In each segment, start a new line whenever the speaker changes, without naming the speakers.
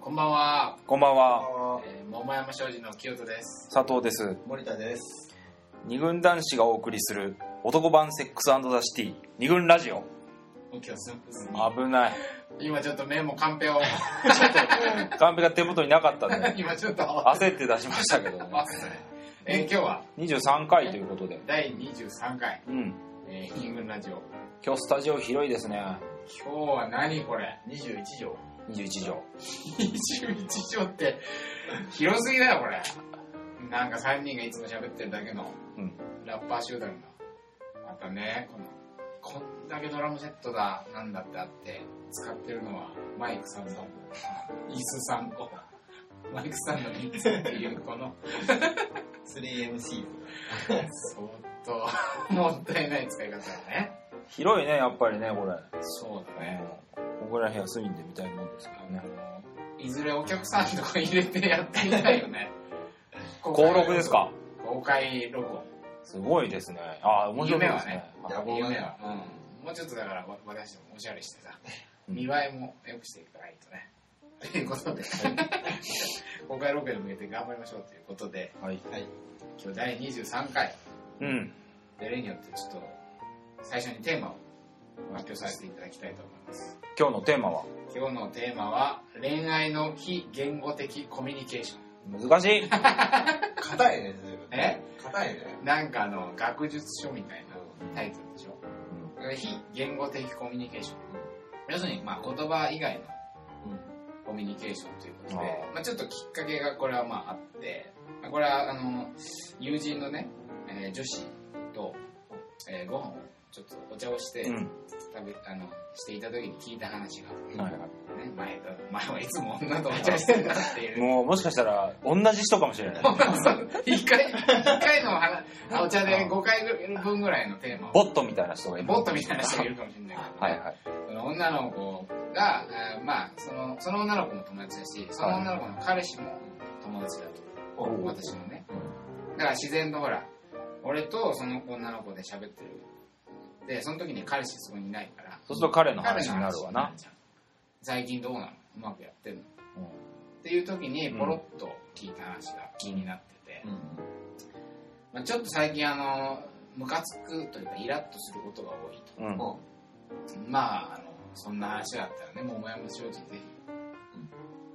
こんばんは、
こんばんは、
えー桃山商事の清人です
佐藤です。
森田です。
二軍男子がお送りする男版セックスザシティ二軍ラジオ。
もう今日スンプス
危ない。
今ちょっとメモカンペを
カンペが手元になかったんで、
今ちょっとあ
焦って出しましたけど、ね、
えー今日は
23回ということで。
第23回、
うん。
えー、キングラジオ
今日スタジオ広いですね。
今日は何これ
21条。
21畳。
21章って広すぎだよこれなんか3人がいつも喋ってるだけの
うん
ラッパー集団がまたねこのこんだけドラムセットだなんだってあって使ってるのはマイクさんとイースさんとマイクさんの3つっていうこの
3MC。
相当もったいない使い方だね
広いね、やっぱりね、これ。
そうだね
僕ら部屋隅でみたいなもんですけ
あ
ど
の
ね。
いずれお客さんとか入れてやってみたいよ ね
登録ですか
公開録音
すごいですね。ああ、面白いですね。
夢
あ
はね
夢は、うん、もうちょっとだからわ私どもおしゃれしてさ、
うん
見栄えも良くしていかないとね。ということで、 公開ロケに向けて頑張りましょうということで、
はい。
今日第23回、
うん。
で例によってちょっと最初にテーマを発表させていただきたいと思います。
今日のテーマは、
今日のテーマは、恋愛の非言語的コミュニケーション。
難しい。
硬いね、随分。
え
硬いね。
なんかあの、学術書みたいなタイトルでしょ。非言語的コミュニケーション。要するに、まあ、言葉以外のコミュニケーションということで、
あ
まあ、ちょっときっかけがこれはまああって、まあ、これはあの友人のね、えー女子と、えーご飯をちょっとお茶をして
う
食べ、
ん。
あのしていた時に聞いた話が、ね、
はい
前と前はいつも女とお茶してんだっていう。
もうもしかしたら同じ人かもしれない。
一回、一回の話、あお茶で5回分ぐらいのテーマを、
ボットみたいな人がいる。
ボットみたいな人がいるかもしれないけどね、
はいはい。
その女の子が、えーまあ、その、その女の子も友達だし、その女の子の彼氏も友達だと。
おう
私のね。だから自然とほら、俺とその女の子で喋ってる。で、その時に彼氏そこにいないから。
そうすると彼の話になる
彼
わな
の話にるじゃん。最近どうなのうまくやってんの
うん
っていう時に、ポロッと聞いた話が気になってて、まあ、ちょっと最近あの、ムカつくというか、イラッとすることが多いと。
うん
うん。
まあ、あの、そんな話だったらね、桃山商事ぜひ、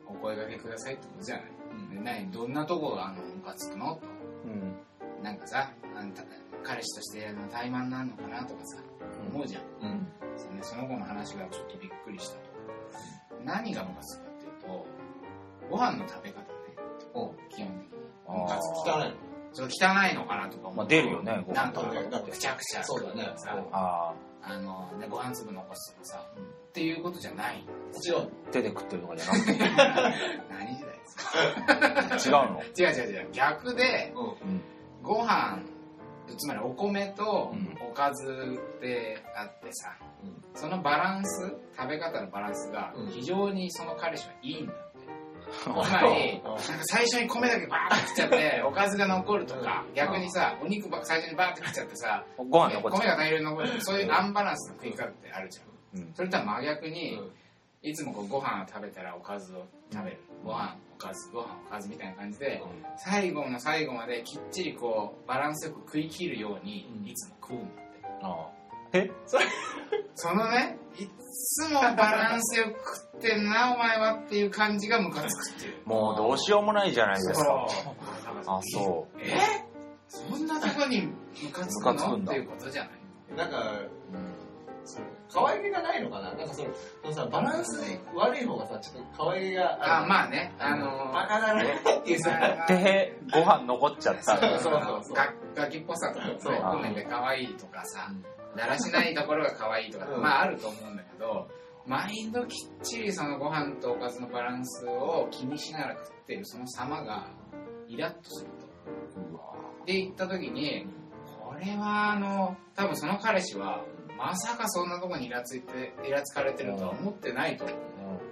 お声掛けくださいってことじゃない。で何、どんなとこが、あの、ムカつくの
うん
と。なんかさ、あんた、彼氏としてあの怠慢なのかなとかさ、思うじゃん。
うん。
そのねその子の話がちょっとびっくりしたと。何がムカつくかっていうと、ご飯の食べ方ね、
お
基本的に。
あー
ムカつき
汚い
ちょっと汚いのかなとか思う。
まあ出るよねご
な
飯
んと
の
か
食べ方って
くちゃくちゃ。
そうだね
さ
うん
あ
あの、ね、ご飯粒残すとかさ、
うん
っていうことじゃ ない。
もちろん。
あ、手で食ってるとかじゃなくて
何時代ですか
違うの。
違う違う違う逆で
うん。
ご飯つまりお米と
うん
おかずってあってさ、
うん
そのバランス食べ方のバランスが
うん
非常にその彼氏はいいんだって、つまりなんか最初に米だけバーって食っちゃ っておかずが残るとか、逆にさお肉ばっか最初にバーって食っちゃってさ
ご飯残っ
米
ちゃ
が大量に残るそういうアンバランスの食い方ってあるじゃん
う。うん
それとは真逆に、
うん
いつもこうご飯を食べたらおかずを食べる、ご飯おかずご飯おかずみたいな感じで、最後の最後まできっちりこうバランスよく食い切るように
うん
いつも食うんだって、
ああえ
そのねいっつもバランスよく食ってんなお前はっていう感じがムカつくっていう
もうどうしようもないじゃないですか。
そう
あそう
えそんなとこにムカつく
ムカつく
の
ん
っ
だ
ていうことじゃない
なんか、そう可愛げがないのかななんかその、そのさ、バランス悪い方がさ、ちょっと可愛げが
あ
ある。
まあねあの
バカだねっていうさ、
さ
でご飯残っちゃった。
そうそうそう
ガガキっぽさとかね
そう
含めて可愛いとかさだらしないところが可愛いとか、
うん
まああると思うんだけど毎度きっちりそのご飯とおかずのバランスを気にしながら食ってるその様がイラッとすると。で言った時にこれはあの多分その彼氏はまさかそんなとこにイラついてイラつかれてるとは思ってないと思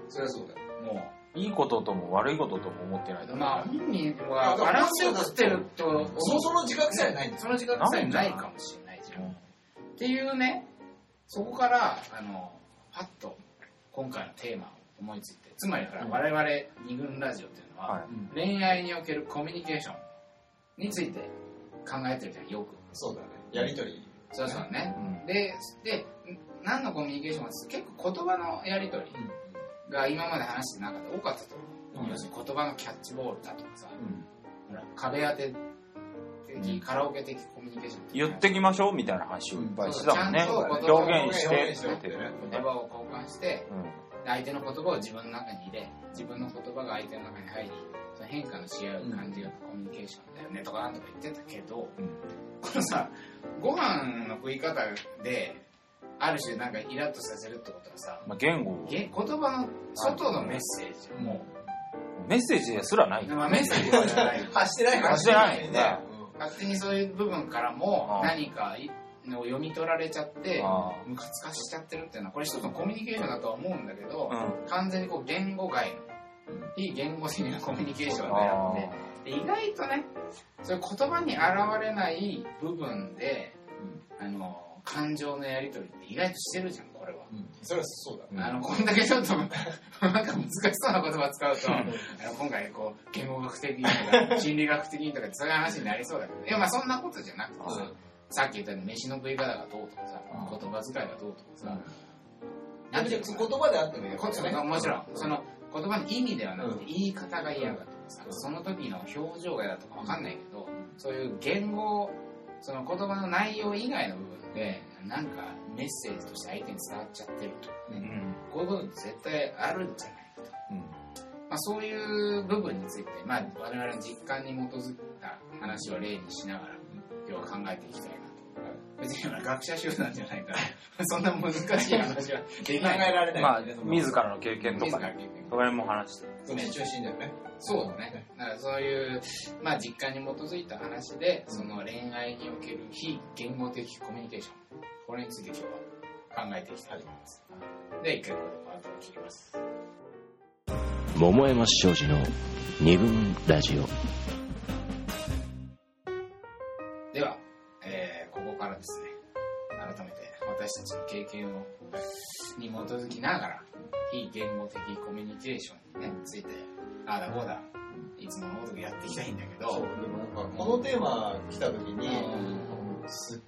そりゃそうだよ。
うもう
うんいいこととも悪いこととも思ってないだろう
まあ本人はバランスよく食ってると思う
そもそも自覚さえないんだよ。
その時間さえないかもしれないじゃんっていうね、そこから、あの、パッと今回のテーマを思いついてつまりだから
うん
我々二軍ラジオっていうのは、
はい
うん
恋愛におけるコミュニケーションについて考えてるじゃんよく
そうだね。やりとり。
そうそうね
うん
でで何のコミュニケーションかっていうと結構言葉のやり取りが今まで話してなかった多かったと思う、
うん
要するに言葉のキャッチボールだとかさ
うん。
ほら壁当て的、
うん
カラオケ的コミュニケーション
言ってきましょうみたいな話をいっぱいしてたもんね
そうそうちゃんと
表現してって
表現して
ね
言葉を交換して
うん
相手の言葉を自分の中に入れ自分の言葉が相手の中に入りその変化のし合う感じがコミュニケーションだよねとかなんとか言ってたけど、
うん
このさご飯の食い方である種なんかイラッとさせるってことはさ
まあ言語
げ言葉の外のメッセージじゃんも
メッセージですらない、
う、まあ、メッセージはじゃない
発してない
発してないよね
勝手にそういう部分からも
ああ
何かを読み取られちゃって
あ
ムカつかしちゃってるっていうのはこれ一つのコミュニケーションだとは思うんだけど、
ーうん
完全にこう言語外の非言語的なコミュニケーションであ
あ
ってで意外とねそういう言葉に現れない部分で、あの感情のやり取りって意外としてるじゃんこれは、
それはそうだ。
うん
あのこんだけちょっとなんか難しそうな言葉使うとあの今回こう言語学的にとか心理学的にとかそういう話になりそうだけどいやまあそんなことじゃなくてさ、さっき言ったように飯の食い方がどうとかさ
うん
言葉遣いがどうとかさ、
なんで言葉であってもいい
こっちももちろんその言葉の意味ではなくて
う
言い方が嫌だとかさ、その時の表情が嫌だとかわかんないけど、そういう言語その言葉の内容以外の部分でなんかメッセージとして相手に伝わっちゃってるとか
うん
ね、こういうこと絶対あるんじゃないかと、まあ、そういう部分について、まあ、我々の実感に基づいた話を例にしながら今日は考えていきたいなと。別にほら学者集団じゃないから そんな難しい話はでき
考
ない
えられ
う
なんい。
まあ自らの経験と
自
からね
の経験
それも話して
そっち中心だよね。
そうだね。だからそういう、まあ、実感に基づいた話で、その恋愛における非言語的コミュニケーション、これについて今日は考えていきたいと思います。で、一回ここでパートを切ります。
桃山庄司の二軍ラジオ
では、えー、ここからですね、改めて私たちの経験を、に基づきながら、非言語的コミュニケーションに、ね、ついて、ああだこうだ、いつものごとくやっていきたいんだけ
そう
ど、
でもなんかこのテーマ来た時に、す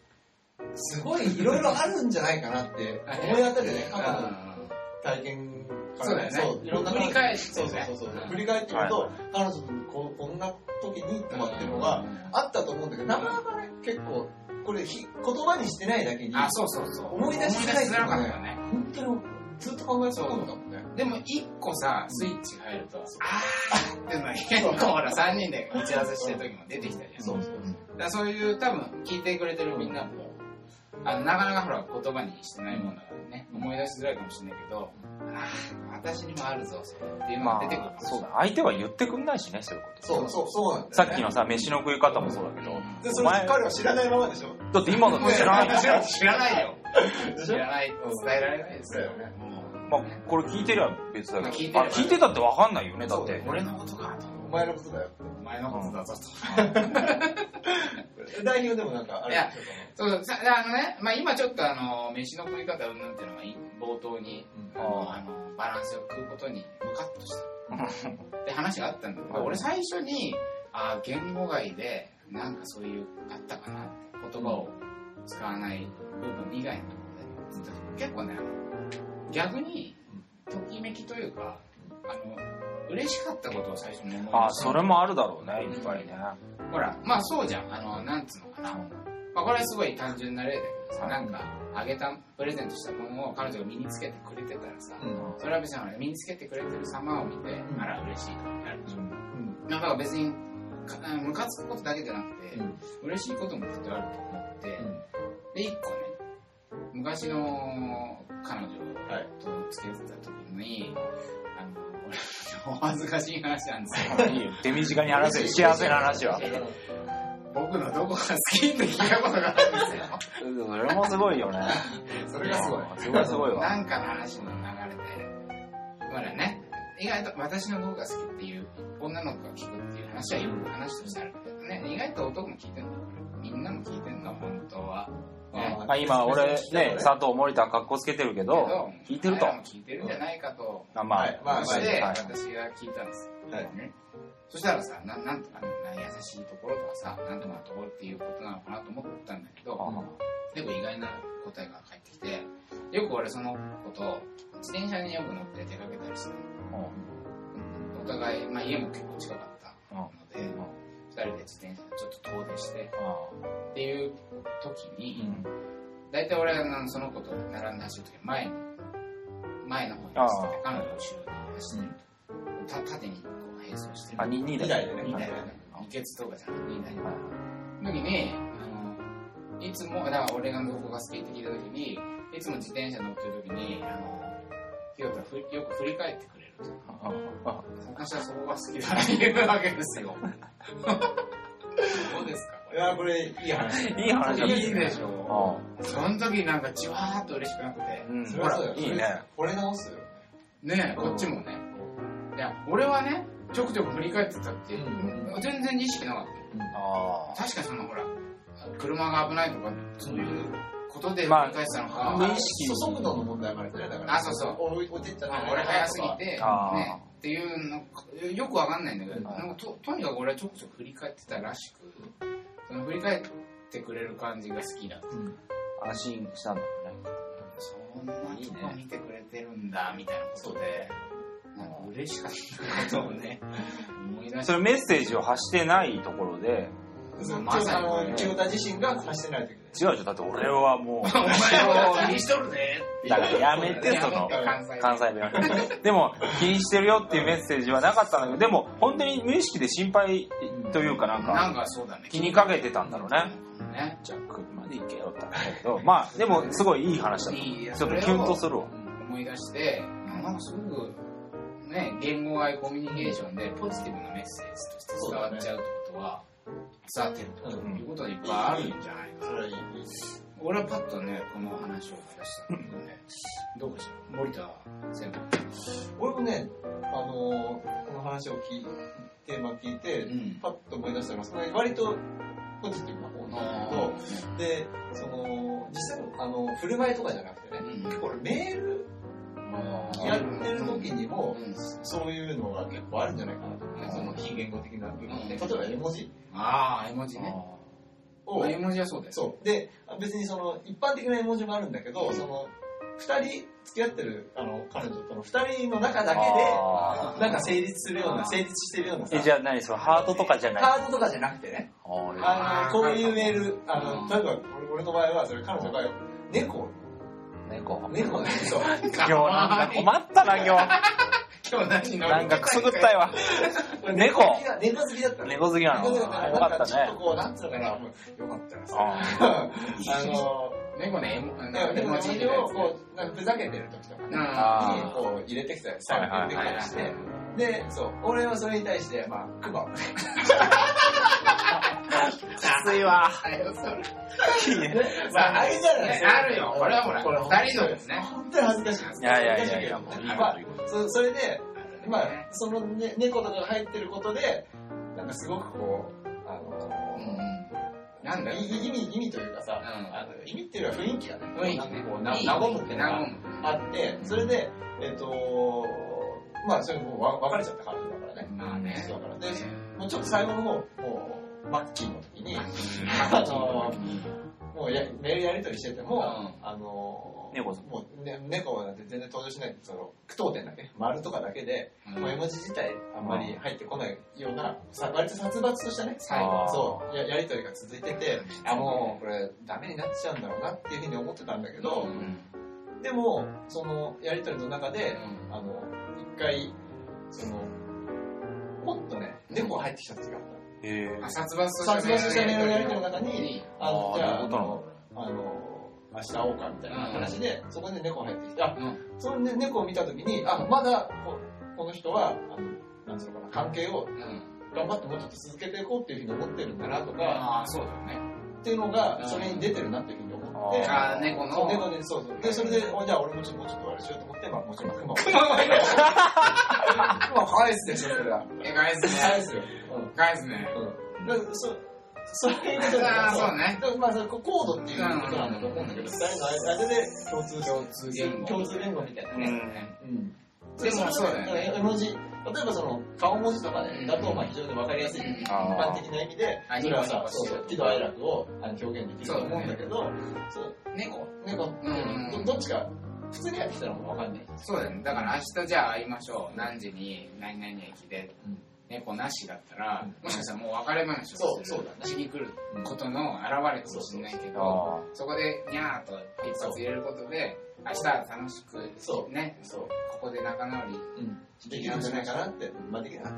すごいいろいろあるんじゃないかなって思い当たるよね、過去の
うん
体験から
そうだよね
いろんな
振り返して
そ
ね
うそうそうそう、
うん
振り返ってみると、彼女にこうこんな時にとかっていうのがあったと思うんだけどなかなかね結構これひ言葉にしてないだけに
あ、そうそうそう。
思い出しづらい
思出しづらかったよね。
本当にずっと考えてたことだもんね
でも一個さ、スイッチ入ると、あーってのは結構ほら3人で打ち合わせしてる時も出てきたじゃん。
そうそうそう
だからそういう多分聞いてくれてるみんなも、あのなかなかほら言葉にしてないもんだからね、思い出しづらいかもしれないけど、あー、私にもあるぞ、それっていうの
ま
が出てくる
あそうだ相手は言ってくんないしねそういうこと
そうそうそうなんだよね
さっきのさ飯の食い方もそうだけど
でそれ
お前
彼は知らないままでしょ
だって今だって知らない
知らない知らないよ。
でし
知
ょ
らない。伝えられないですよね。
まあこれ聞いてりゃ別だ
まあ聞いてれ
けど
ば
あれ聞いてたってわかんないよねだっ
そう
て
俺のことかと。
お前のことだよ
お前のことだぞと。
代表でもなんかあれ
いや
でしょ
そうさあのね、まあ、今ちょっとあの飯の食い方うんぬんっていうのがい冒頭に
うん
あのあのバランスを食うことにムカッとした って話があったんだけど、
はい
俺最初にあー言語外でなんかそういうあったかなって言葉を使わない部分以外のところで結構ね逆にときめきというかあの嬉しかったことを最初に思い出
ああ
した
それもあるだろうねいっぱいね
ほら、まあそうじゃん。あの、なんつうのかな。まあこれはすごい単純な例だけどさ、なんか、あげた、プレゼントしたものを彼女が身につけてくれてたらさ、
うん
それは別にほら身につけてくれてる様を見て、
うん
あら、嬉しいとなるでしょ。
うん
なんか別に、かあムカつくことだけじゃなくて、
うん
嬉しいこともきっとあると思って、
うん
で、一個ね、昔の彼女
はい
と付き合ってた時に、あの、俺、お恥ずかしい話なんですけど、
いいよ手短に話せる幸せな話は
僕のどこが好きって聞いたことがあるんですよ。
それもすごいよね
それがすごい
すごいすごいわ
なんかの話の流れで、ほらね、意外と私のどこが好きっていう、女の子が聞くっていう話はよく話としてあるけどね、ね、意外と男も聞いてんだから。みんなも聞いてんの、本当は。ね
あ
まあ、今俺ね佐藤森田格好つけてるけど聞いてると
あなたも聞いてるんじゃないかと。
あまあ、
はいまあ
そして、
はい
私は聞いたんです。
はい
ねそしたらさ、ななんとかね、優しいところとかさ、なんとかなところっていうことなのかなと思ったんだけど、結構意外な答えが返ってきて、よく俺その子と、自転車によく乗って出かけたりするの。お互い、まあ家も結構近かったので、
うん
二人で自転車でちょっと遠出して、っていう時に、
うん
大体俺がその子と並んで走る時前に前の方に走ってて彼女の後ろに走ってると、た縦にこう並走して
あ
る
二二
2
台
台で
みたい
ね
な二ケツとかじゃなくてみたいな時にあのいつもだから俺がどこが好きって聞いた時にいつも自転車乗ってる時にあの清田ふよく振り返ってくれると私はそこが好きだって言うわけです よ どうですかこ
い
れ
やこれいい話
いい話だ
いいでし
う
ょ
ん
その時なんかじわーっと嬉しくなくて
うん
そ
ほ
れはそう
ら
だよ
いいね
これ直すよ
ねえ、
うん
こっちもね。いや、俺はね、ちょくちょく振り返ってたって、
うん
全然意識なかっ
あ
た。確かにそのほら、車が危ないとか、そういうことで振り
まあ
返ってたのか、
無意
無意
識
識
に
注ぐのの問題もあるよねだから
あそうそう
置い置いてっちゃダメだ
俺
な
早
と
す
か
ぎて、
あー
ね、っていうのか、よくわかんないんだけど、
うん
なんかととにかく俺はちょくちょく振り返ってたらしく、その振り返ってくれる感じが好きだった。
あ安心したんだね
そんなとこ見てくれてるんだ、みたいなことで、なんか嬉しかったことを ね、思い出して。
それメッセージを発してないところで
そう
まさに
あの清田自身が発してない時で
違うでしょだって俺は も
お前
う
は気にしとるぜって
だからやめて
や
その
めて関西
関西弁はでも気にしてるよっていうメッセージはなかったんだけどでも本当に無意識で心配というかなん
なん
か
かそうだね
気にかけてたんだろうね
ね
じゃあ車で行けよって話だけどまあでもすごいいい話だっ
いいや
たちょっとキュンとするわ
思い出してなんかすごくね言語外コミュニケーションでポジティブなメッセージとして伝わっちゃうってことは伝わってるってこということがいっぱいあるんじゃないか
それはいい
俺はパッとねこの話を思い出したんだけどねどうでしょう森田先輩
俺もねあのーこの話を聞いてまあ聞いて
ん
パッと思い出したのがそれ割とポジティブな方なんだけどでその実際のあの振る舞いとかじゃなくてね
うん
結構俺メールやってる時にも
うん
そういうのが結構あるんじゃないかなと思って、
うん
その非言語的な部分で、
うん
例えば絵文字
ああ絵文字ね
を、
絵文字はそうだよ
そう。で、別にその一般的な絵文字もあるんだけど、
うん
その、二人、付き合ってる、あの、彼女との二人の中だけ
あ
で、なんか成立するよう
あ
な、
ー
成立してるような
ーえ
さ、
じゃあ何それハートとかじゃない
カードとかじゃなくてね、
あーいいね
あの、こういうメール、あ
うん
の、例えば俺俺の場合は、それ彼女が、猫、
猫
猫だね、そう。
今日なんか困ったな今日
今日何乗り
なんかくすぐったいわ猫
好きだ猫好きだったの。
猫好きなの
猫
よ
だから、な
か
ん
った
かちょっ
ね
とこう、なんつうのかな、もうよかったなさ。
あ
あの、
猫ね、絵もあ
だから
の
で
絵
も
文字入
自分
れ
を
を
こ
こ
うなんかふざけてる時とか
う、
ね
あ
あ
にこう入れてきたりさ
はいはい
入れてきたりしてでそう俺はそれに対してまあクマ
ーきついわ
あれよそれ
いいね
まああれじゃない
ねあるよこれはほら
これ
二人のですね
本当に恥ずかしい
いやいやいやいや、もういいこと
まあ
言う
そそれでまあそのね猫とかが入ってることでなんかすごくこうあ
う
の
んなんだろう
い意味意味というかさ
うん
あの意味っていうよりは雰囲気がね
雰囲
な
気
んか
ね
こうな
な
和
和
む
む
っ
ってて
いうか
和む
あって、それで、えっ、と、まあ、それもうわ別れちゃった彼女だからね。
まあね
そうだから。で、もうちょっと最後の方、もう、マッキーの時に、あの、もうやメールやり取りしてても、
うん
あの、
猫さん
もう、ね、猫なんて全然登場しない、その、句読点だけ、丸とかだけで、
うん
もう絵文字自体あんまり入ってこないような、さ割と殺伐としたね、
最後
あー
そうや、やり取りが続いてて、あ、もうこれダメになっちゃうんだろうなっていうふうに思ってたんだけど、
うん
でも、そのやりとりの中で、あの、一回、その、ポッとね、猫が入ってきた時があっ
へ
う
ー
んあ殺伐と
た。殺伐としたメールのやりとりの中に、
に
あの、じゃ
どうい
あ、あ
うこ
の、あの明日会おうかみたいな話で、そこで猫が入ってきた。あ
うん
そのね猫を見た時に、あ、まだこ、この人は、あの、なんつうのかな、関係を
うん
頑張ってもうちょっと続けていこうっていうふうに思ってるんだなとか、
ああそうだよね
っていうのが、それに出てるなっていうふうに思って、
あー猫の
猫で、そうそう。で、それで、おじゃあ俺もちょっともうちょっとあれしようと思って、まあもちろん熊を。
まあね
まあ、可愛いっすよ、それは。
え返す
可愛い
ね
っすよ。
返すね
うん。だからそそういうこと
あーそうね
だからまあそれコードっていうことなんだと思うんだけど、伝えの間で共通
共通言語
共通言語みたいなね。
ん
うん
でもそうだよね
絵文字、例えばその顔文字とか
うん
だとまあ非常にわかりやすい
うん
一般的な意味で
あ、ー
それはさ
あ、
そうそう喜怒哀楽をあの表現できると思うんだけど、そう
猫
猫
ん
どどっちか普通にやってきたらもうわかんない。
そうだよねだから明日じゃあ会いましょう何時に何々駅で、
うん
猫なしだったら、
うん
もしかしたらもう別れ話を
そう
す
そ
る
うだね
次に来ることの表れかもしれないけど、
あ
そこでニャーと一発入れることで明日は楽しく
そ
ね
そう。
ここで仲直り
うん。できるんじゃないかなって、まあでき なかっ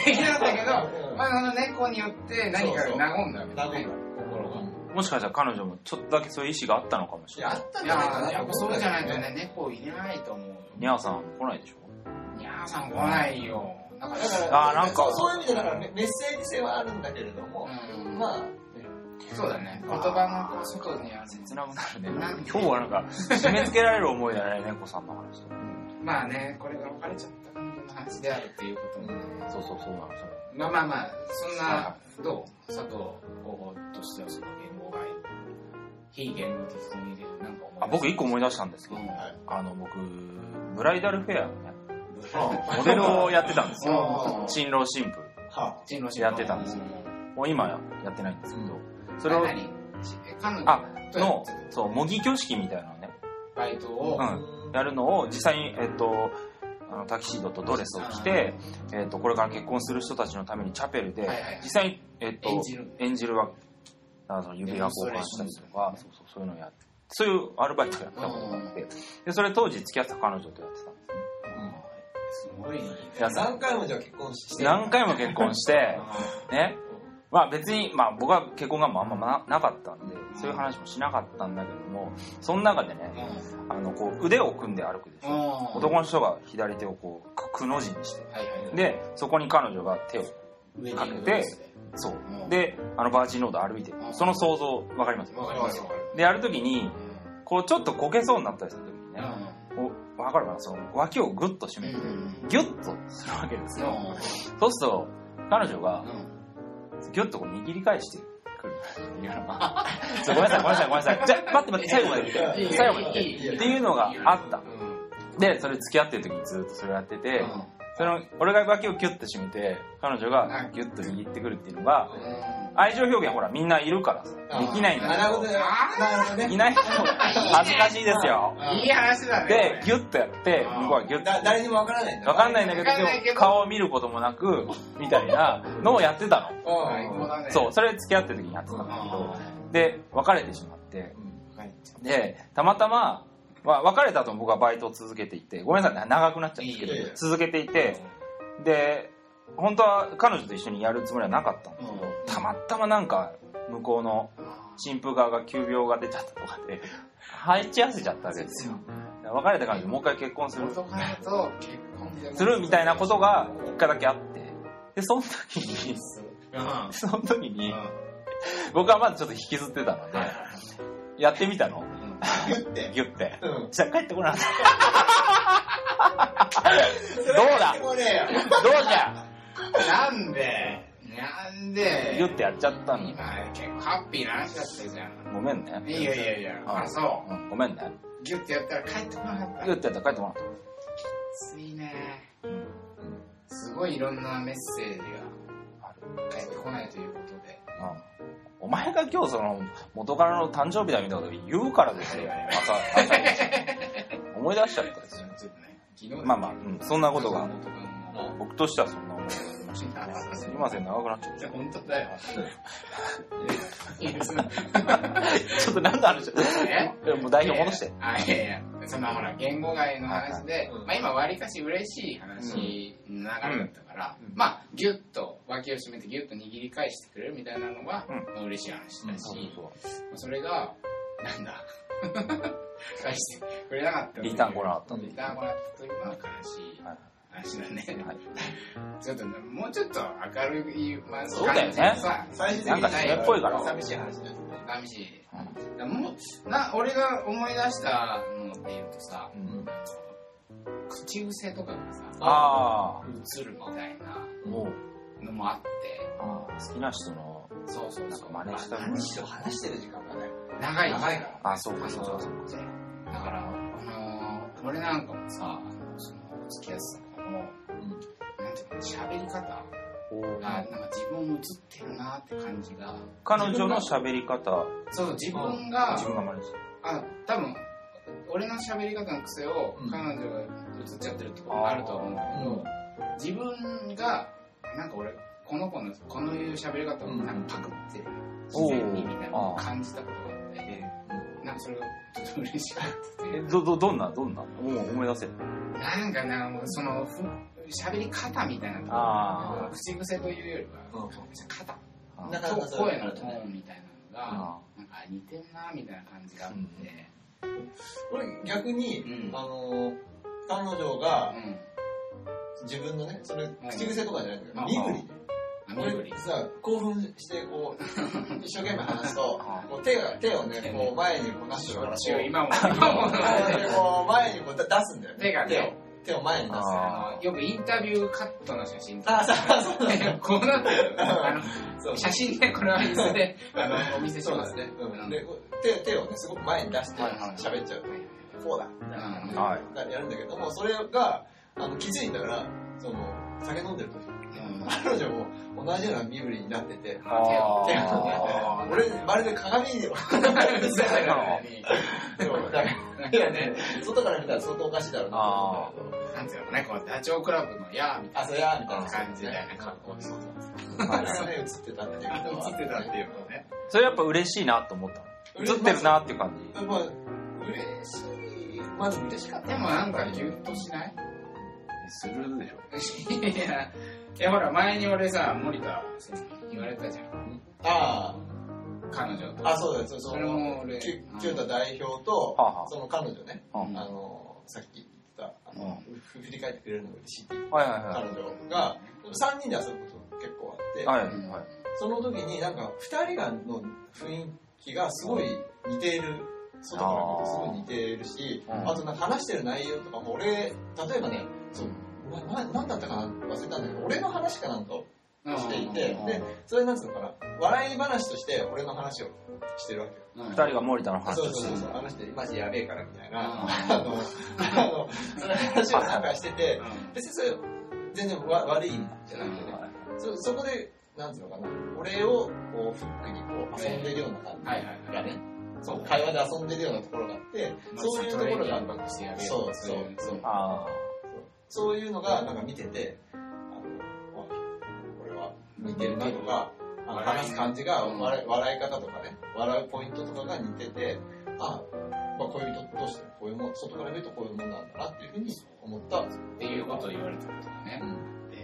た
できなかったけど、
うん
まあ、その猫によって何かが和んだわけだ
多分
ね
心が。
ーもしかしたら彼女もちょっとだけそういう意思があったのかもし
い
れな
や、
い
あったん
い
じゃないか
や
な。
やっぱそうじゃないとね猫いないと思う
ニャーさん来ないでしょ
ニャーさん来ないよだか
だ
ら
から。
あーなんか
そうそういう意味でだからメメッセージ性はあるんだけれども、
うん
まあ、
そうだね言葉の外にある
切なくなるね
なんで
今日はなんか締め付けられる思いだね猫さんの話
まあね、これが別れちゃった感じの話であるっていうことも、
そうそうそうなのそ
まあまあまあ、そん
は
な、どう佐藤候補としてはその言語外、非言語的にでなんか思い
あ僕一個思い出
し
したんですけ
う
ど
ん
はい
あの僕ブライダルフェアのね
は
モデルをやってたんですよ
あ
新郎新婦
あ、
人狼
やってたんですよもう今やってないんですけどそれを
何え彼女
あ
とや
の
ってた
そう模擬挙式みたいなのをね
バイトを、
うんやるのを実際に、えっと、あのタキシードとドレスを着て、えっと、これから結婚する人たちのためにチャペルで、
はいはい
実際に、えっと、
演じる
演じるわけあの指輪交換したりとかそうそうそういうのをやってそういうアルバイトをやったことがあってでそれ当時付き合ってた彼女とやってたんですね
うんすごいね。
皆さん
何回もじゃあ結婚して。
何回も結婚して
あ
ねまあ別に、まあ僕は結婚があんまななかったんで、そういう話もしなかったんだけども、その中でね、
ー
あの、こう腕を組んで歩くでし
う
ょ。
ん
男の人が左手をこうくくの字にして
はいはい、
でそこに彼女が手を
ウェディングドレスで、
そう
うん
であのバージンロード歩いてるその想像わかります
わかりますわかる。
でやるときにこうちょっとこけそうになったりするときにね
う
こうわかるかなその脇をグッと締
ん。う
め
ん
て
うん
ギュッとするわけですよ
うん
そうすると彼女が
うん
ギュッとこう握り返してくるっ ていうのが そうごめんなさいごめんなさいごめんなさいじゃあ待って待って最後まで言っ
いい
て
よ
最後まで
い
言っ
いよ
てっていうのがあった
う
でそれ付き合ってる時にずっとそれやってて、
ん
その俺が脇をキュッと締めて彼女
は
が
い
ギュッと握ってくるっていうのが
う
愛情表現ほらみんないるからさ
あー
できないん
な
だ
るほどね。
あー
なるほど
い
ね。
ない人 も恥ずかしいですよ
んいい話だね
で。ギュッとやって
あー
向こうはギュッ
だ
と
誰にもわからないんだ
わかんないんだけど
わかんないけど
でも顔を見ることもなくみたいなのをやってたの
これ最高
う
だね。
そうそれ付き合ってる時にやってたんだけどで別れてしまってでたまたま、まあ、別れた後も僕はバイトを続けていてごめんなさい長くなっちゃうんですけど
いえいえ
続けていてで本当は彼女と一緒にやるつもりはなかったんですけど、
うん
たまたまなんか向こうの新婦側が急病が出ちゃったとかで入っちゃわせちゃったわけですよ別れた彼女もう一回結婚する
元カノと結婚で
するみたいなことが一回だけあってでその時にその時に僕はまずちょっと引きずってたのでやってみたの
言って。
ギュッて
うん。
じゃあ帰ってこなかったどう
ど
だ
これよ。
どうじゃ
なんでなんで
ギュッてやっちゃったの
今結構ハッピーな話だったじゃん。
ごめんね
いやいやいや、あ、そ
うんごめんね
う。ギュッてやったら帰ってこなかった。
ギュッてやったら帰ってこなかっ
ついね。すごいいろんなメッセージ
たある
が返ってこないということで。
うんお前が今日その元からの誕生日だみたいなこと言うからですよ
はいはい
朝朝に思い出しちゃったんですよ
ちょっとね、昨日だ
まあまあ、うん、そんなことが
元カノの
僕としてはそんな思いがありまし
あ
たすいません長くなっちゃっ
じゃあ本当だよ。いやその
たちょっと何の話
え
えもう代表戻して
あ、いやいや、そのほら、言語外の話で、
うん
まあ今、わりかし嬉しい話の流れだったから、
うん
まあ、ぎゅっと、脇を締めてぎゅっと握り返してくれるみたいなのが、
うん
まあ嬉しい話だし、
そうそうそ
まあそれが、なんだ、 返してくれなかった
うリターン来なかったんで
リターン来なかったというのは悲しい
はい
話だね。
はい
ちょっとね、もうちょっと明るい、まあ、
そうだよね
さ
最終的
なん
に
かそれっぽいから
寂しい話だよね。
寂しい。だからもうな俺が思い出したのっていうとさ
うん
口癖とかがさ
あ
映るみたいな
あもう
のももあって、
好きな人の
そうそう
なん
そ
か
う。
真似した
何しろ話してる時間がね、
長い
長いから。
あそう
そ
か
う
そ
そうう
か
そうだから、あのー、俺なんかもさ、あのその、付き合ってた子の、なんていうの、喋り方が、なんか自分も映ってるなって感じが、
彼女の喋り方
そうそう、自分が、
自分が真似し
あ、多分、俺の喋り方の癖を
うん
彼女が映っちゃってるってこともあると思うんだけど、自分が、なんか俺、この子の、このいう喋り方をなんかパクってる、自然にみたいなのを感じたことがあって
た、え
なんかそれがとても嬉しかったってい
え
う。
どどどんなどんなもう思い出せ
なんかな、もうその、ふ喋り方みたいなところ
あ
口癖というよりは、
うん
肩
あ
なかなか
と
それ
声
はあ
の
る
ト
とね
ーンみたいなのが、なんか似てんなみたいな感じがあって、
俺逆に、
うん
あのー彼女が
うん。
自分のね、それ口癖とかじゃないんだ
うん
けど、身振りね。
あ、身振り
俺。さ、興奮してこう、一生懸命話すと、
あ
こう手が、手をね、こう前に動かしてから、こう
今も、今も、
こう前にこう出すんだよね。
手がね
手を、手を前に出す。
あのよくインタビューカットの写真とか
あ、そうそうそう。
こうなってる。あの、写真でこれは店で、あの、お見せし
そう
ま
ですすね
ね。。
うんで、こう手手をね、すごく前に出して
はいはい
喋っちゃう。こうだ。みたいな感じで
はい
やるんだけども、それが、あの、気づいたら、その、酒飲んでる時
うん
彼女も同じような身振りになってて、
あ
手をね
あー
俺、まるで鏡に、
な
そうだから
ん
い
か
や
ね
ね、外から見たら相当おかしいだろうなと思うんだけど、
なんていうのね、こう、ダチョウ倶楽部のやーみ
あ、そりゃ、み
た
た
いな
いな
感じだよね、
か
格好で。
それ映ってたっていうのは。
映ってたっていうのね。
それやっぱ嬉しいなと思った映ってるなっていう感じ
まあ。まあ嬉しい。まず嬉しかった。
でもなんか、ギュッとしない
するでしょ
いや、いやほら、前に俺さ、森田先生に言われたじゃん。
あ
彼女と。
あ、あ、そうだよ、そう
そ
そ
れ
う。
も俺、
キュキュータ代表
は
と
あはあ、
その彼女ね、
は
あの、さっき言った、あの、振り返ってくれるのが嬉しいっていう
はいはい
彼
は
女が、3人で遊ぶこと結構あって、
いはい
うん
はい
その時になんか2人がの雰囲気がすごい似ている外から見るとすごい似ているし
うん
あとなんか話してる内容とかも俺例えばねそうなななんだったかな忘れたんだけど俺の話かなんかを
うん
していてでそれなんつうのかな笑い話として俺の話をしてるわけよ
うん
二人が森田の話
そ
を
う
し
そう
てる
そうそうあの人マジやべえからみたいな
あ
あのあのその話をなんかしてて
う
別にそれ全然わ悪い意味じゃなくてねそそこで、なんつうのかな、俺をこうフックにこう遊んでるような感
んはいはい
じ
は
が
い。
ね、そう、会話で遊んでるようなところがあって、そういうところが、
バックしてやる
そうそうそう、
あ
そういうのがなんか見てて、あの、あこれは似てるなとか、あの
笑い
話す感じが
うん
笑い、笑い方とかね、笑うポイントとかが似てて、あ、まあ、恋人どうしてこういうもん、外から見るとこういうもんなんだなっていうふうに思った。
っていうことを言われたことだね
う。ん
で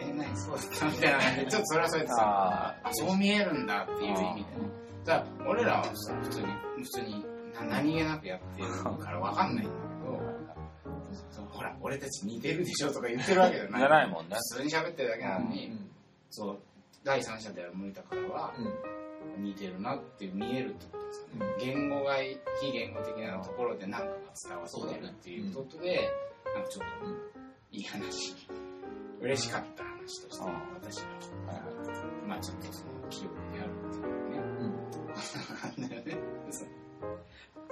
え、何そうだったみたいな感じで。ちょっとそれはそれでさ、
あ
あそう見えるんだっていう意味でね。じゃあ、俺らはさ普通に、普通にな何気なくやってるからわかんないんだけど、そうほら、俺たち似てるでしょとか言ってるわけじゃ
ー
ない。
じゃないもんね
普通に喋ってるだけなの
う
に、
ん
そう、第三者である森田からは、似てるなって見えるってことですよね。
うん
言語外、非言語的なところで何かが伝わってるっていうことで、なんかちょっと、
うん
いい話、嬉しかった話として、
あー
私は、まあちょっとその記憶であるっていうね、
うん
ことなんだよね。そう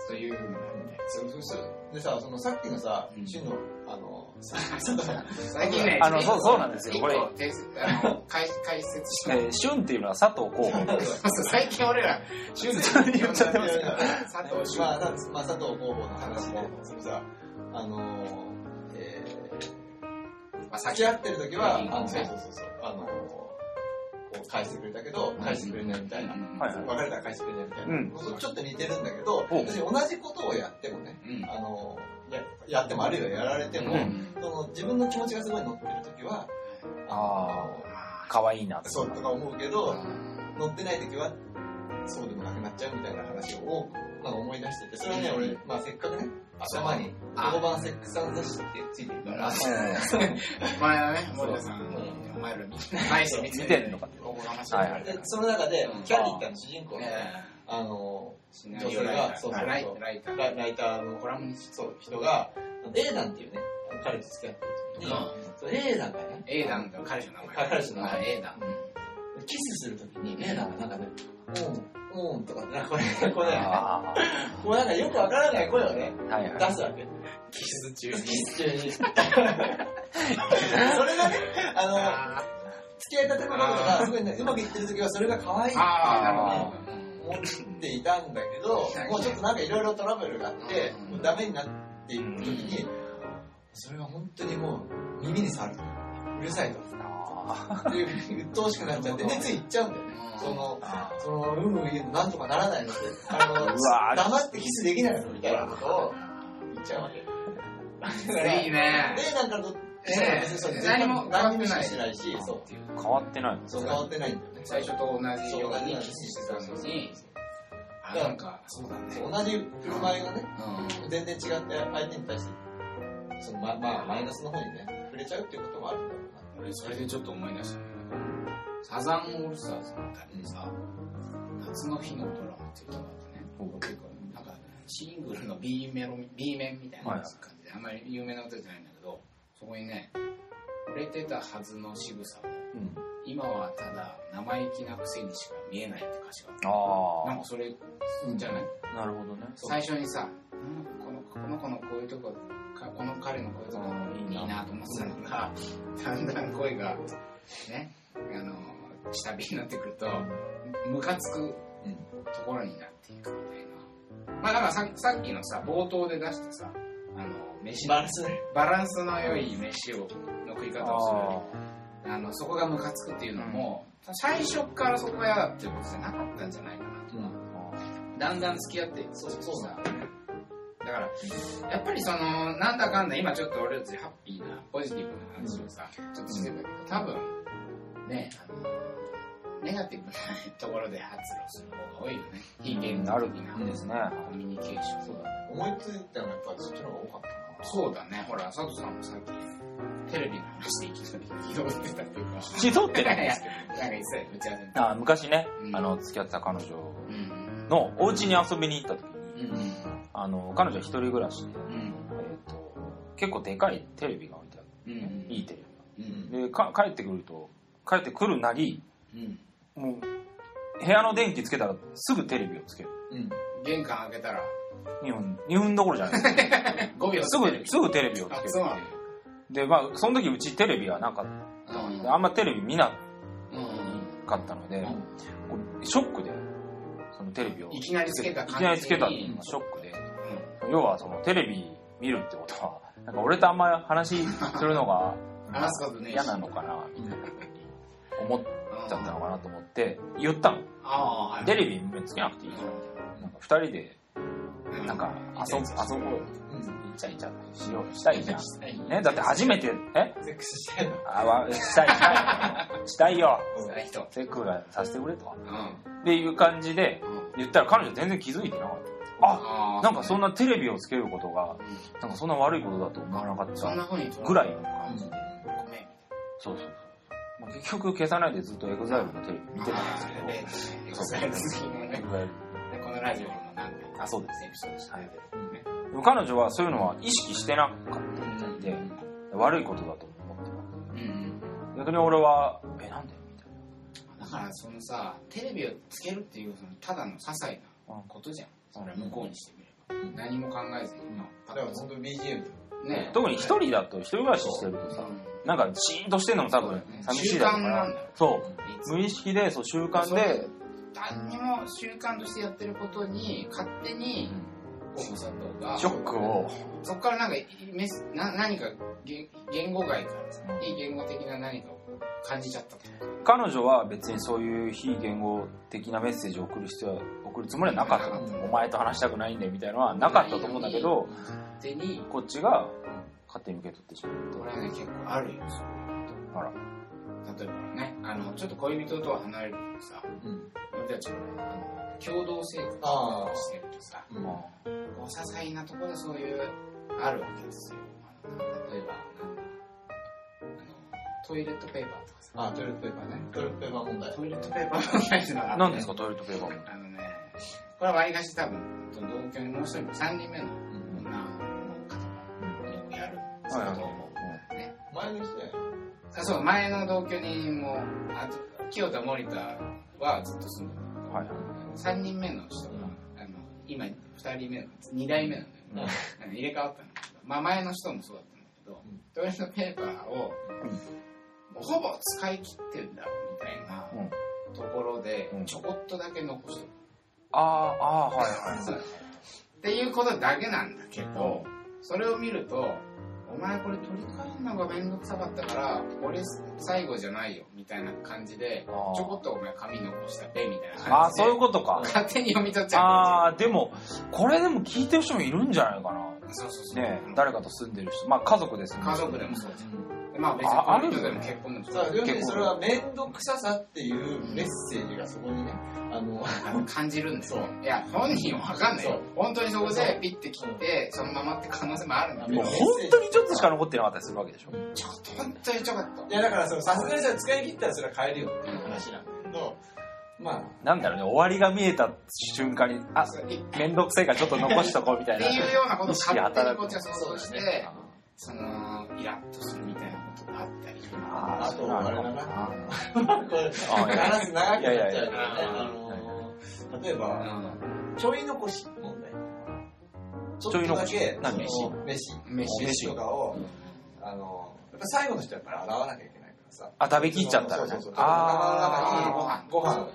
そういうのがあって。
そうそうそうでさ、そのさっきのさ
う、ん
シンの、あの、さ
最近ね、
あのそうそうなんですよ
一個
これ
訂正あの解解説し
え
ない。
ー旬っていうのは佐藤候補
そうそう最近俺ら、シュン
さん言っちゃってますけど
佐藤俊
まあ、さまあ、佐藤候補の話ね、そのさ、あのー、え
まあ
ー、
さっ
付
き
き合ってる時は、
うん
あの、そうそうそうそう、あのー、こう返してくれたけど、返してくれないみたいな。
はいはい
別れたら返してくれないみたいな。
うん
そうちょっと似てるんだけど、
お
別に同じことをやってもね、
うん
あのー、ややってもあるいはやられても、
うん
その自分の気持ちがすごい乗ってる時は、
あ
の
可愛いな
そうとか思うけど、乗ってない時はそうでもなくなっちゃうみたいな話を、まあ、思い出しててそれはね、
うん
俺、まあ、せっかくね頭に
あ
黒板セックスアンドシティってついてるから
前のね、森田さん、お前ら見てないし、見
見てんのか
おこがましいから。
はい
でその中で、
うん
キャリーってあの主人公の、
え
あの
え女性が、そうそうライライター、
ラライターの
コラムニスト。
そう人が A なんていうね彼と付き合ってる時に、
う
A なんかね、
A 団だ、彼氏の名前。
彼氏の名前
はい A 団。
キスするときに A なんかなんかね、うん、うんとかってな、これ、これ、
あ
こうなんかよくわからない声をね、
ーはいはい
出すわけ。
キス中
キ
に。
ス中に。それがね、あの、付き合いたての頃とか、すごいね、うまくいってる時はそれが可愛いって
ああ、なる
思っていたんだけど、もうちょっとなんかいろいろトラブルがあって、もうダメになっていく時に、それが本当にもう耳に触ると。うるさいと。
あ
っていう、鬱陶しくなっ ちゃって、熱いっちゃうんだよね。
ほど。
その、
ー
その、うんうん言うのなんとかならないので、あの、
うわー
黙ってキスできないのみたいなことを言っちゃうわけ。だから
いいね。
例なんかと、
ね
別にそう
何も
何もしてないし、
そ
そう
っていう。
変わってないの
そう変わってないんだよね。
最初と同じ
そう
よ
同
う
じ
に
よう
キスしてたのに、あ、
そう
なんか、そうだね。
同じ振る舞いがね、
う。
全然違って相手に対して、そのま、まあ、マイナスの方にね、触れちゃうっていうこともあるんだろうん
俺、それでちょっと思い出したんだけど、サザンオールスターズの歌にさ、夏の日のドラマっていう歌があってね、なんか、シングルの B メロ、B 面みたいな感じで、あんまり有名な歌じゃないんだけど、そこにね、売れてたはずの仕草を、今はただ生意気なくせにしか見えないって歌詞があるなん
あ
かそれじゃない、
あ、なるほどね。
最初にさ、うんこのこの子のこういうとこかこの彼のこういうとこいいなと思ってたのが、だんだん声が、ね、あの、下火になってくると、ムカつくところになっていくみたいな。まあだからささっきのさ、冒頭で出したさ、あの、飯
な。
の
ランスね。
バランスの良い飯を、の食い方をする。あのそこがムカつくっていうのも、最初からそこが嫌だっていうことじゃなかったんじゃないかなと、だんだん付き合ってそうそうそうだだからやっぱりそのなんだかんだ今ちょっと俺たちハッピーなポジティブな話をさ、ちょっとしてたけど多分ねあのネガティブなところで発露する方が多いよね非現実
なる
的な
うんですね。あ
コミュニケーション
そうだ。思いついたのはやっぱそっちの方が多かったな。
そうだねほら佐藤さんもさっきテレビの話でいきなり移動してたっていうか
ー一度って
なんか
ね。
言ってたよ打ち合わせの時
あー昔ね
う、ん
あの、付き合ってた彼女
うん
のお家に遊びに行った時に、
うん
あの、彼女一人暮らしで、
うん
えーと、結構でかいテレビが置いてあ
うんう
る。いい
ん
テレ
うん
ビが。で、か帰ってくると、帰ってくるなり、
うん
もう、部屋の電気つけたらすぐテレビをつける。
うん。
玄関開けたら
2分、2分どころじゃないです
5秒
すぐ、すぐテレビをつ
あ
ける
そうなんだ。
で、まあ、その時うちテレビはなかっ
うん
た。あんまテレビ見な
うん
かったので、
うん
こうショックで、そのテレビを。
いきなりつけた
い
感
き
じ
なりつけたっていうのがショックで。要は、そのテレビ見るってことは、なんか俺とあんま話するのが
話すことねえし
嫌なのかな、みたいな思っ
うん
ちゃったのかなと思って、言ったの。
ああはい
テレビつけなくていいから。なんか二人で、
うん
なんか遊ぶ、遊ぼうよ。
うん。
イチャイチャしよう、したいじゃん。
したい
ね、だって初めて、え
セックスしてんの。
あわ、したい、した い。したいよ。
したい人
セックぐらいさせてくれと。
うん
っていう感じで、
うん
言ったら彼女全然気づいてなかった。あ
あ
なんかそ
ん
んなテレビをつけることが
うん、
なんかそんな悪いことだと思わなかっ
そんな
た
風に捉えて
ぐらいの
ご
感じ。
めん
そうそうそう。まあ、結局消さないでずっとエグザイルのテレビ見てた んです
エクサイル好きの
け
ね
ど、EXILE
このラジオのなんか
あ、そうです
エ
ね
ピ。ソードしたけどね
でも彼女はそういうのは意識してなかったみたいで、悪いことだと思ってた。
うんうん
逆に俺は、え、なんでみたいな。
だからそのさテレビをつけるっていうそのただの些細なことじゃんそれは向こうにしてみれば、
うん
何も考えずに今パ
だ
ッ
から
と
本当に BGM。
ね
特に一人だと、一人暮らししてるとさ、なんかシーンとしてんのも多分寂しいだろうか
習慣なんだ
ら
よ。
そう。
いつ
無意識で、そう、習慣で、
何にも習慣としてやってることに勝手にこう佐藤が
ショックを、
そこからなんかメスな何か言言語外からさ非言語的な何かを感じちゃったってこと
彼女は別にそういう非言語的なメッセージを送る必要は、送るつもりはなかった
なかっ。
お前と話したくないんで、みたいなのはなかったと思うんだけど、
勝手に
こっちが勝手に受け取ってしまう。
俺はね結構あるよそういうこと
あら
例えばねあのちょっと恋人とは離れるけどさ
うん。
俺たちはねあの共同生活
ああ
してるとさ
うん。
ま
こう些細なところでそういうあるわけですよあの例えばなんだあのトイレットペーパーとかさ
あ、トイレットペーパーね。トイレットペーパー問題。
トイレットペーパーのサイズ
あ
が
何ですか、トイレットペーパーも。
あのねこれは割り箸多分同居にもう一人3人目の
う
女の方がよくやるそういうことをね
前の人やん。
あそう前の同居人もあと清田森田はずっと住んでた
はい。
3人目の人が、あの今2人目の2代目なんだよ、ね入れ替わったんだけど、まあ、前の人もそうだったんだけど、トイレットペーパーを、
うん
もうほぼ使い切ってるんだろうみたいなところで、
うん
ちょこっとだけ残してる、
ああ、ああー、はいはい。
っていうことだけなんだけど、それを見るとお前これ取り替えるのがめんどくさかったから俺最後じゃないよみたいな感じで
あー
ちょこっとお前紙残したべみたいな感じで
ああ、そういうことか。
勝手に読み取っちゃう
ああ、でも、これでも聞いてる人もいるんじゃないかな。
そうそうそう。
ね誰かと住んでる人。まあ家族ですね。
家族でもそうじゃん。まあ別
ああ
に
る
恋人
よ
でも
ね
結婚でもそ
さあ、
う
要するにそれは面倒くささっていうメッセージがそこにね、あの、
あの感じるんですよ。いや、本人はわかんない
そ
よ
う。
本当にそこでピッて切って、そのままって可能性もあるんだけ
も
ど
う、本当にちょっとしか残ってなかったりするわけでしょ。
ちょっと本当にちょこっと
い。やだからそのさすがにそれ使い切ったらそれは変えるよっていう話なんだけど、まあ、
なんだろうね、終わりが見えた瞬間に、あ、
そうい
めんどくせえからちょっと残しとこうみた
っ
い
て
な。
いうようなことを
意識
勝
が
手
働
に
く
こっちは想像し
そう
て、その、イラッとするみたいなことがあったり。
あー
あとあれだな
あー
これ、話す長くなっちゃ
い
うけどね
やいやいや
あのー、例え
う
ば、
ん
ちょい残し問題。ちょっとだけ、
何
その飯
飯
飯とかを
うん、
あのー、やっぱ最後の人やっぱり洗わなきゃいけないからさ、
あ、食べきっちゃったらね
そうそうそう。
あ
あ
ーご飯。
ご飯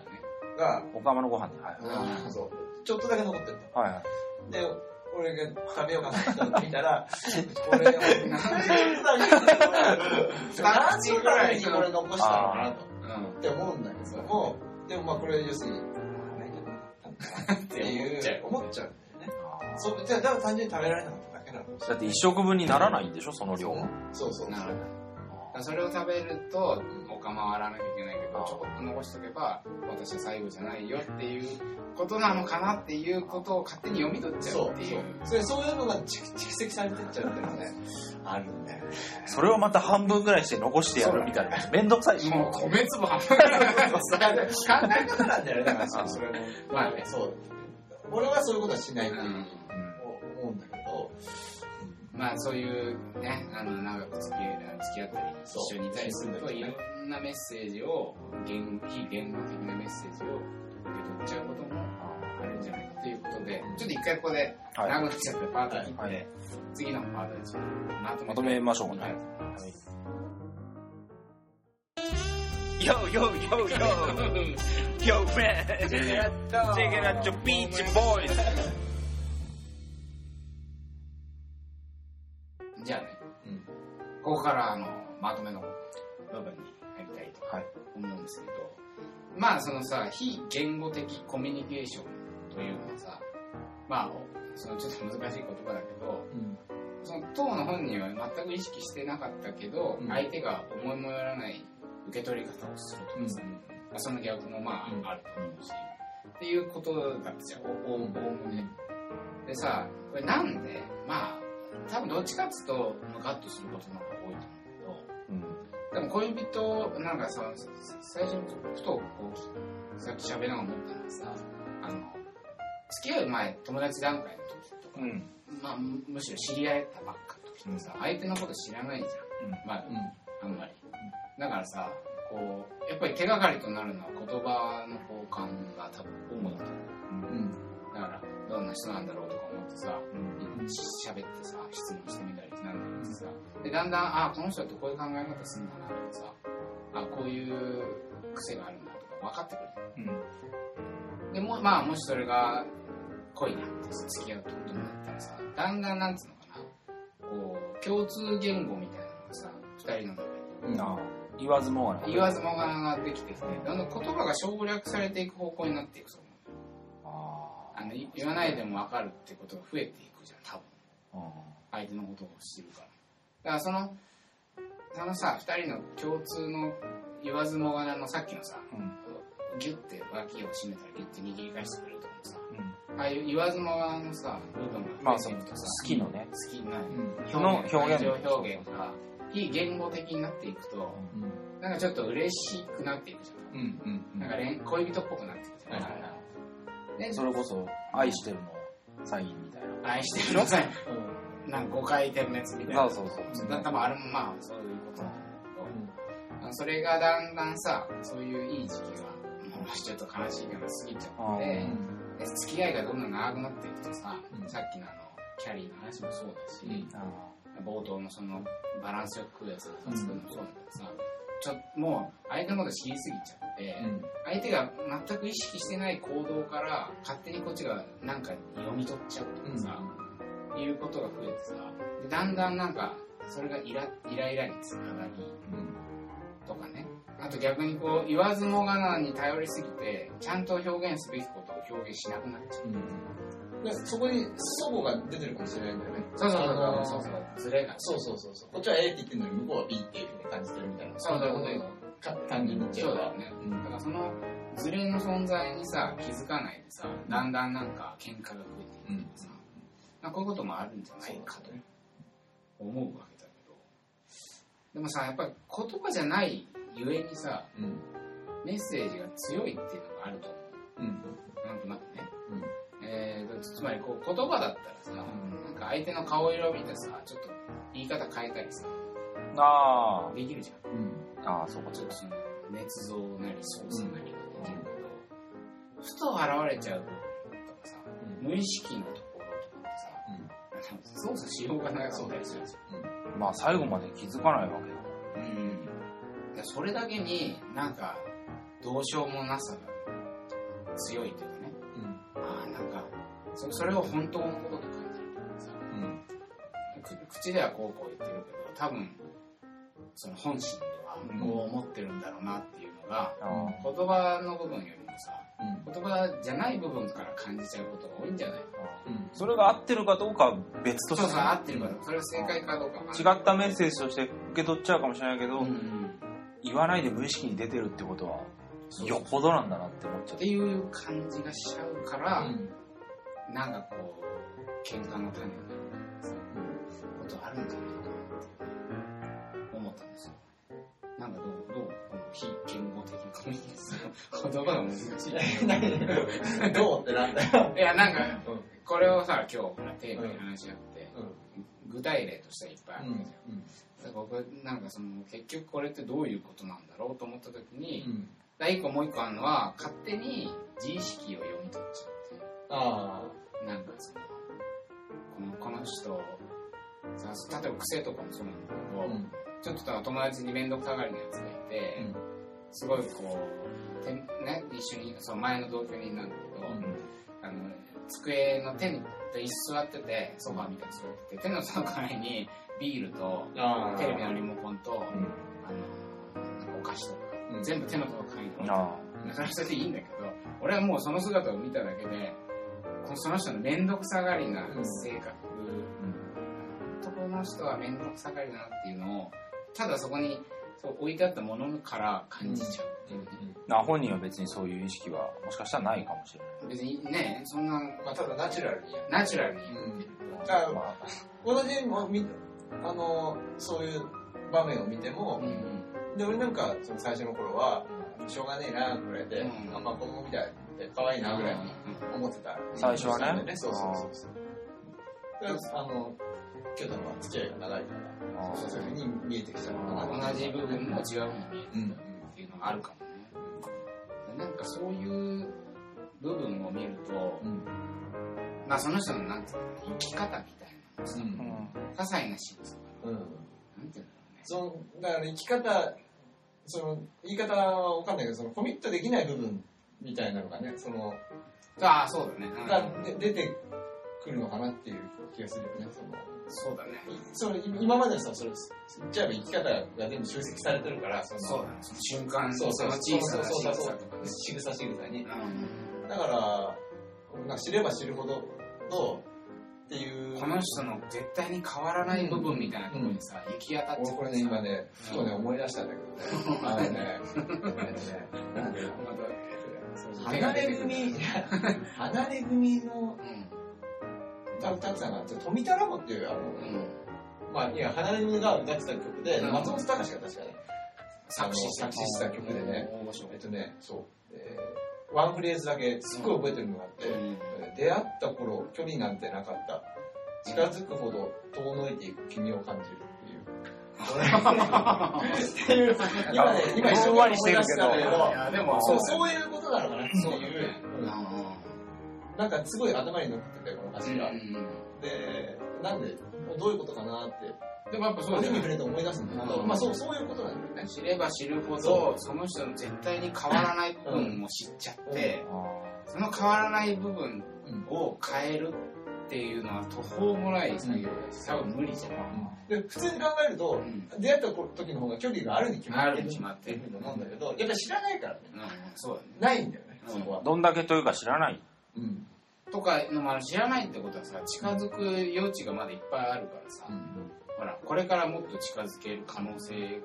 が、
あ、おかまのご飯ね。はい
うん
そう、ちょっとだけ残ってる
はいはい。
の。で、俺が食べようかなって見たら、これ、何時ぐらいにこれ残したのかなと。
うん。
って思うんだけども、でもまあこれ要するに、何がなったんだなっていう、思っちゃうんだよね。そう、じゃあ、だから単純に食べられなかっただけなのかもし
だって一食分にならないんでしょ、その量は。
そうそう
な
そ
るほ
う。
ど。だからそれを食べるとお釜を洗わなきゃいけないけどちょこっと残しとけば私は最後じゃないよっていうことなのかなっていうことを勝手に読み取っちゃ
そうう
ってい
そうう。それそういうのが蓄蓄積されてっちゃうっていうのはね、あるんだよね。
それをまた半分ぐらいして残してやるみたいな。めんどくさい。
もう米粒半分
考え方なんだよね、だ からそれも。
まあね
そう。俺はそういうことはしないって
う
いうん思うんだけど、
まあそういうねあの長く付き合い付き合ったり
そう
一緒にいたりするといろんなメッセージを言非言語的なメッセージを受け取っちゃうこともあるんじゃないかということでちょっと一回ここで
はい。
長くなっちゃってパート切って、
はい
次のパートでちょっと
まとめましょうかね。Yo, yo, yo, yo. Yo, man. Check it out, your beach boys.
じゃあね、
うん
ここからあのまとめの部分に入りたいと
はい
思うんですけど、まあそのさ非言語的コミュニケーションというのはさまあそのちょっと難しい言葉だけどその当の本人は全く意識してなかったけど、
うん
相手が思いもよらない受け取り方をするとかさ、まあ、その逆もまあ、
うん
あると思うし、っていうことだったじゃんおおおおむね。でさこれなんでまあ多分どっちかっつうとムカッとすることの方が多いと思うんだけどでも恋人なんかさ最初にふとこうさっき喋りながら思ったのがさあの付き合う前友達段階の時とか、
うん。
まあ、むむしろ知り合えたばっかの時ってさ、相手のこと知らないじゃん、
う
まあ
うん。
あんまり。だからさ、こう、やっぱり手がかりとなるのは言葉の交換が多分主だと思
うん。
う。だから、どんな人なんだろうとか思ってさ、し喋ってさ、質問してみたりなんだりしてさ、で、だんだん、あ、この人ってこういう考え方するんだなとかさ、あ、こういう癖があるんだとか分かってくる。でも、まあ、もしそれが恋になってさ付き合うってことになったらさ、だんだんなんつうのかな、こう、共通言語みたいなのがさ、二人の中に
うん。
あ言わずもがな。
言わずもがなができてきて、どんどん言葉が省略されていく方向になっていくと思う。
あ
あのい言わないでも分かるってことが増えていくじゃん、多分。相手のことを知るから。だからその、そのさ、二人の共通の言わずもがなのさっきのさ、
うん
ギュッて脇を締めたらギュッて握り返してくれるとかさ、ああいう言わずもがなのさ、部分
ま
が
あ、
増
そ
え
の、
ていく
好
とさ、
きのね。
好きになる。
の表現
感情表現が、非言語的になっていくと、なんかちょっと嬉しくなっていくじゃん。
うん。うん。
なんか恋恋人っぽくなってきて、
はいはい
で
それこそ、愛してるの、サインみたいな。
愛してください。なんか誤回点滅みたいな。
そうそう
だ多分あれもまあそういうこのそれがだんだんさそういういい時期がもうちょっと悲しいけど過ぎちゃって、で付き合いがどんどん長くなっていくとさ、
うん
さっきのあのキャリーの話もそうだし、
うん
冒頭のそのバランスよく食うやつを作るのもそうなんだけどさ、ちょっともう相手のこと知りすぎちゃって、
うん
相手が全く意識してない行動から勝手にこっちがなんか読み取っちゃうとかさ、いうことが増えてさでだんだんなんかそれがイライライラにつながりとかねあと逆にこう言わずもがなに頼りすぎてちゃんと表現すべきことを表現しなくなっちゃう
でそこに齟齬が出てるかもしれないんだよね。
そうそうそう
あのー
そうそうズレが
そうそうそうそう。こっちは A って言ってるのに向こうは B っていうふうに感じてるみたいな。
そうそうそう
か単純に言っちゃ
そう
え
だよ
ば。
ね
うん
だからそのズレの存在にさ気づかないでさだんだんなんか喧嘩が増えていく
うん
さ、まあ、こういうこともあるんじゃないかと思うわけだけどでもさやっぱり言葉じゃないゆえにさ
うん
メッセージが強いっていうのがあると思
うん
うなんとなくね、
うん
えーとつまりこう言葉だったらさ、なんか相手の顔色を見てさちょっと言い方変えたりさ
あ
できるじゃん
うん
ーあー、そうか、
ちょ
ちょ
っ
っ
とその捏造なり操作なりができ
うん
るけど、ふと現れちゃうとかさ無意識のところとかってさ、操作しようがないそうですよ、
と、まあ最後まで気づかないわけだ。
うん、だからそれだけになんかどうしようもなさが強いというかね
うん
ああなんかそそれを本当のことと感じるとかさ
うん
く口ではこうこう言ってるけど多分その本心ではこう思ってるんだろうなっていうのが
あー
言葉の部分よりもさ
うん
言葉じゃない部分から感じちゃうことが多いんじゃない
うん
それが合ってるかどうかは別
そ
と
うそう
して、
合ってるからそれが正解かどうかわかんない
違ったメッセージとして受け取っちゃうかもしれないけど、
うんうん
言わないで無意識に出てるってことは、
そう
よっぽどなんだなって思っちゃ
っ
う
て。いう感じがしちゃうから、
うん
なんかこう喧嘩の種になるさことあるんじゃないかなって思ったんですよなんかどうどうこの非言語的コミュニケーション言葉が難しい
どうってなんだよ。
いやなんか
うん
これをさ今日ほらテーマに話し合って、具体例としてはいっぱいあるわけじゃん、だから僕なんかその結局これってどういうことなんだろうと思った時に、
うん
第一個もう一個あるのは勝手に自意識を読み取っちゃ
あ
うっていうなんかそのこのこの人さ例えば癖とかもそうなんだけ
あ
ど、ちょっとだから友達に面倒くさがりのやつがいて、
うん
すごいこうてんね、一緒にその前の同居人なんだけど、あの机の手に椅子座っててソファーみたいに座ってて手のその代わりにビールと
ああ
テレビのリモコンと、
うん
あの、なんかお菓子とか、
うん
全部手の届かないの。
あ
だからそれでいいんだけど、俺はもうその姿を見ただけで、このその人の面倒くさがりな性格、男の人は面倒くさがりだなっていうのを、ただそこにそう置いてあったものから感じちゃうっていうね。
ーな本人は別にそういう意識はもしかしたらないかもしれ
別にね、そんな、
まあただナチュラルにやる
ナチュラルに
うんだか
ない。
ら
まあ、
私もみあのそういう場面を見ても、
うん
で俺なんかその最初の頃はしょうがねえなぐらいで、
うん
あんま子供みたいで可愛いなぐらいに思ってた
最初はね
そうなんだよそうそうそうそうだからあの京都は付き合いが長いから
あ
そうそういうふうに見えてきちゃうのかな
同じ部分も違うふうに見えて
うん
るっていうのがあるかもね。なんかそういう部分を見ると、
うん
まあその人のなんていうのかな生き方みたいな
う
さ、
ん
些細な仕草が
うん
なんていうんだ
そのだから生き方その言い方は分かんないけどそのコミットできない部分みたいなのがねその
ろうね。ああ、そうだね。うん
がで出てくるのかなっていう気がするよね。その
そうだね。
それ今までさ、それ、言っちゃえば生き方が全部集積されてるから、その
そうだね。その瞬間、
そうそう
の小さな仕
そうそ
草
う
とかね。
仕草仕草に。
う
だから、なんか知れば知るほど、どうってい
ん
う、
この人の絶対に変わらない部分みたいなところにさ、行き当たっちゃ
俺これね、
う
今ね、ふとね、思い出したんだ けどね。あのね、あのねなんだろう
また手が
離
出
れ
てくる
組、離れ組の、
う
歌歌ってたなって、富田ラボっていう、あの、
ん。うん。
まあ、いや、離れ組が歌ってた曲で、
うん
松本隆が確かね、
作詞した
作詞した曲でね
大御所
えっとね、そう、えーワンフレーズだけすっごい覚えてるのがあって、
うん
えー出会った頃距離なんてなかった近づくほど遠のいていく君を感じるっていう っていう、今ね、今一生懸命思い出したんだけど、
や、でも
そううそういうことなのかなっていう、なんかすごい頭に残ってて、この歌詞が。で、なんで、どういうことかなって、
でもやっぱそう
手
じゃな
に
い
触れて思い出すんだけど、
うん
まあそうそういうことなんだよね。
知れば知るほどその人の絶対に変わらない部分を知っちゃって、その変わらない部分を変えるっていうのは途方もない作業だし多分無理じゃない、
で、普通に考えると、
うん
出会った時の方が距離があるに決ま
あ
っ
る
て
に
る
決まっ
ってていう
る
ふうに思うんだけど、やっぱり知らないからね、
うん、そうだね
ないんだよね、
うん
そこは。
どんだけというか知らない。
うん。
とかのもある知らないってことはさ近づく余地がまだいっぱいあるからさ、ほらこれからもっと近づける可能性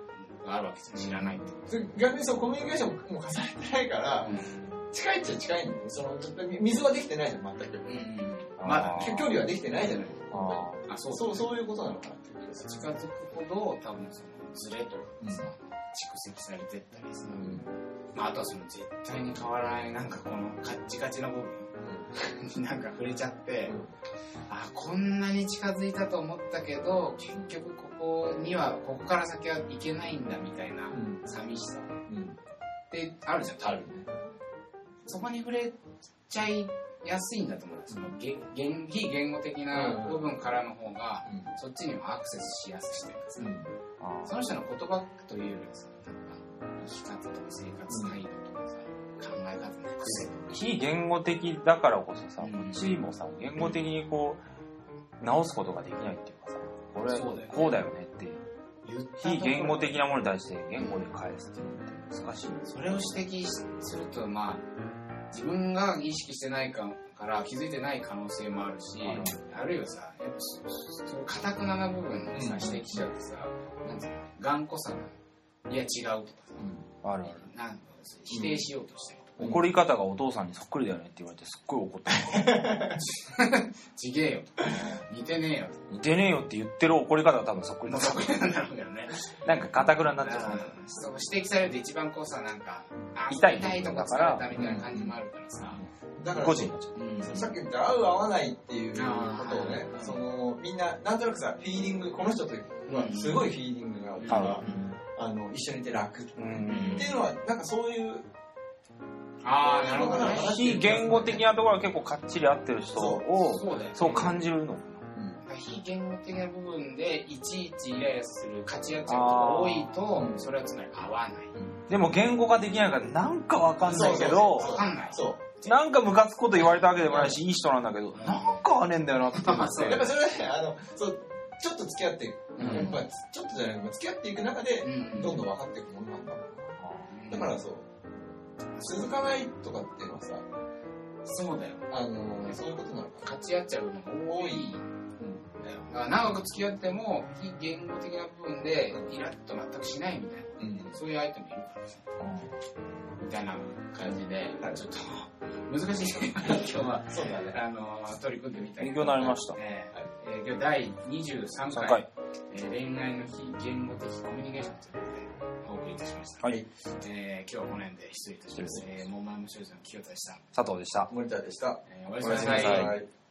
があるわけじゃん知らないって、
で逆にそう、コミュニケーションも重ねてないから、近いっちゃ近いんだよね。その、ちょっと水はできてないじゃん、全く。
うんまだね
距距離はできてないじゃない。
あそう
そう、そういうことなのかなっていう気がする。
近づくほど多分そのズレとかがさ、
う
蓄積されてったりさ、まあ、あとはその絶対に変わらないなんかこのカッチカチな部分に なんか触れちゃって、
うん
あこんなに近づいたと思ったけど結局ここにはここから先は行けないんだみたいな
うん
寂しさ
うん
ってあるじゃん多分そこに触れちゃいやすいんだと思うそのげ言非言語的な部分からの方が、
うん
そっちにもアクセスしやすくしてるさ、
うん
その人の言葉というよりはさ、なんか生き方とか生活態度とかさ、考え方の癖とか。
非言語的だからこそさ、
う
こ
ん
っちもさ、言語的にこう、直すことができないっていうかさ、これ、
そうだよね
こうだよねって、
言ったところ
非言語的なものに対して言語で返すっていうのって難しいんです
それを指摘すると、まあ、自分が意識してないかから気づいてない可能性もあるし、あるいはさ、やっぱそその堅くなな部分にさ、指摘しちゃってさ、なんつうの、頑固さが、いや違うとかさ、
ある
なんか否定しようとしたりとか、
怒り方がお父さんにそっくりだよねって言われてすっごい怒った。
ちげえよとか、似てねえよと
似てねえよって言ってる怒り方が多分そっくりだ
か、そこなんだろうけどね。
なんか片倉になっちゃ
あー
う。
そう指摘されると一番こうさなんかあー
痛い
痛いとか疲れたみたいな感じもあるからさ、
だから
個人になっちゃ
うん
さっき言った合う合わないっていうこと
あー
をね
はい
そのみんななんとなくさフィーリングこの人とはすごいフィーリングが合うとか、あの一緒にいて楽っ
う。う
うん
ん
ていうのはなんかそういう
ああなるほどね
非言語的なところは結構かっちり合ってる人を
そうだよ
そう感じるの。
非言語的な部分でいちいちイライラする勝ち合っちゃうことが多いとそれはつまり合わない
でも言語ができないからなんかわかんないけど
そう、
わかんない
そ
なんかムカつくこと言われたわけでもないし、いい人なんだけど、
ん
なんか合わねえんだよなって いうのっ
そう
うやっぱ
て。
それはねあのそうちょっと付き合っていく、
うん
やっぱちょっとじゃないまあ付き合っていく中で
うん
どんどん分かっていくものなんだ、
うん
だからそう続かないとかっていうのはさ
そうだよ
あのそういうことなのか
勝ち合っちゃうのが多いんだよだから長く付き合っても非言語的な部分でイラッと全くしないみたいな
な、うん
そういう相手もいるからさみたいな感じで、ちょっと難しい今日は、
そうだね
あの取り組んでみたい
勉強になりました。
えーえー今日第23
3
回
回。
えー恋愛の非言語的コミュニケーションということでお送りいたしました。
はい。
えー今日はこの辺で失礼いたします。えー、モンマイム少女の清田でした。
佐藤でした。
森田でした
えーおやすみなさ
おやすみなさ
い
い。
い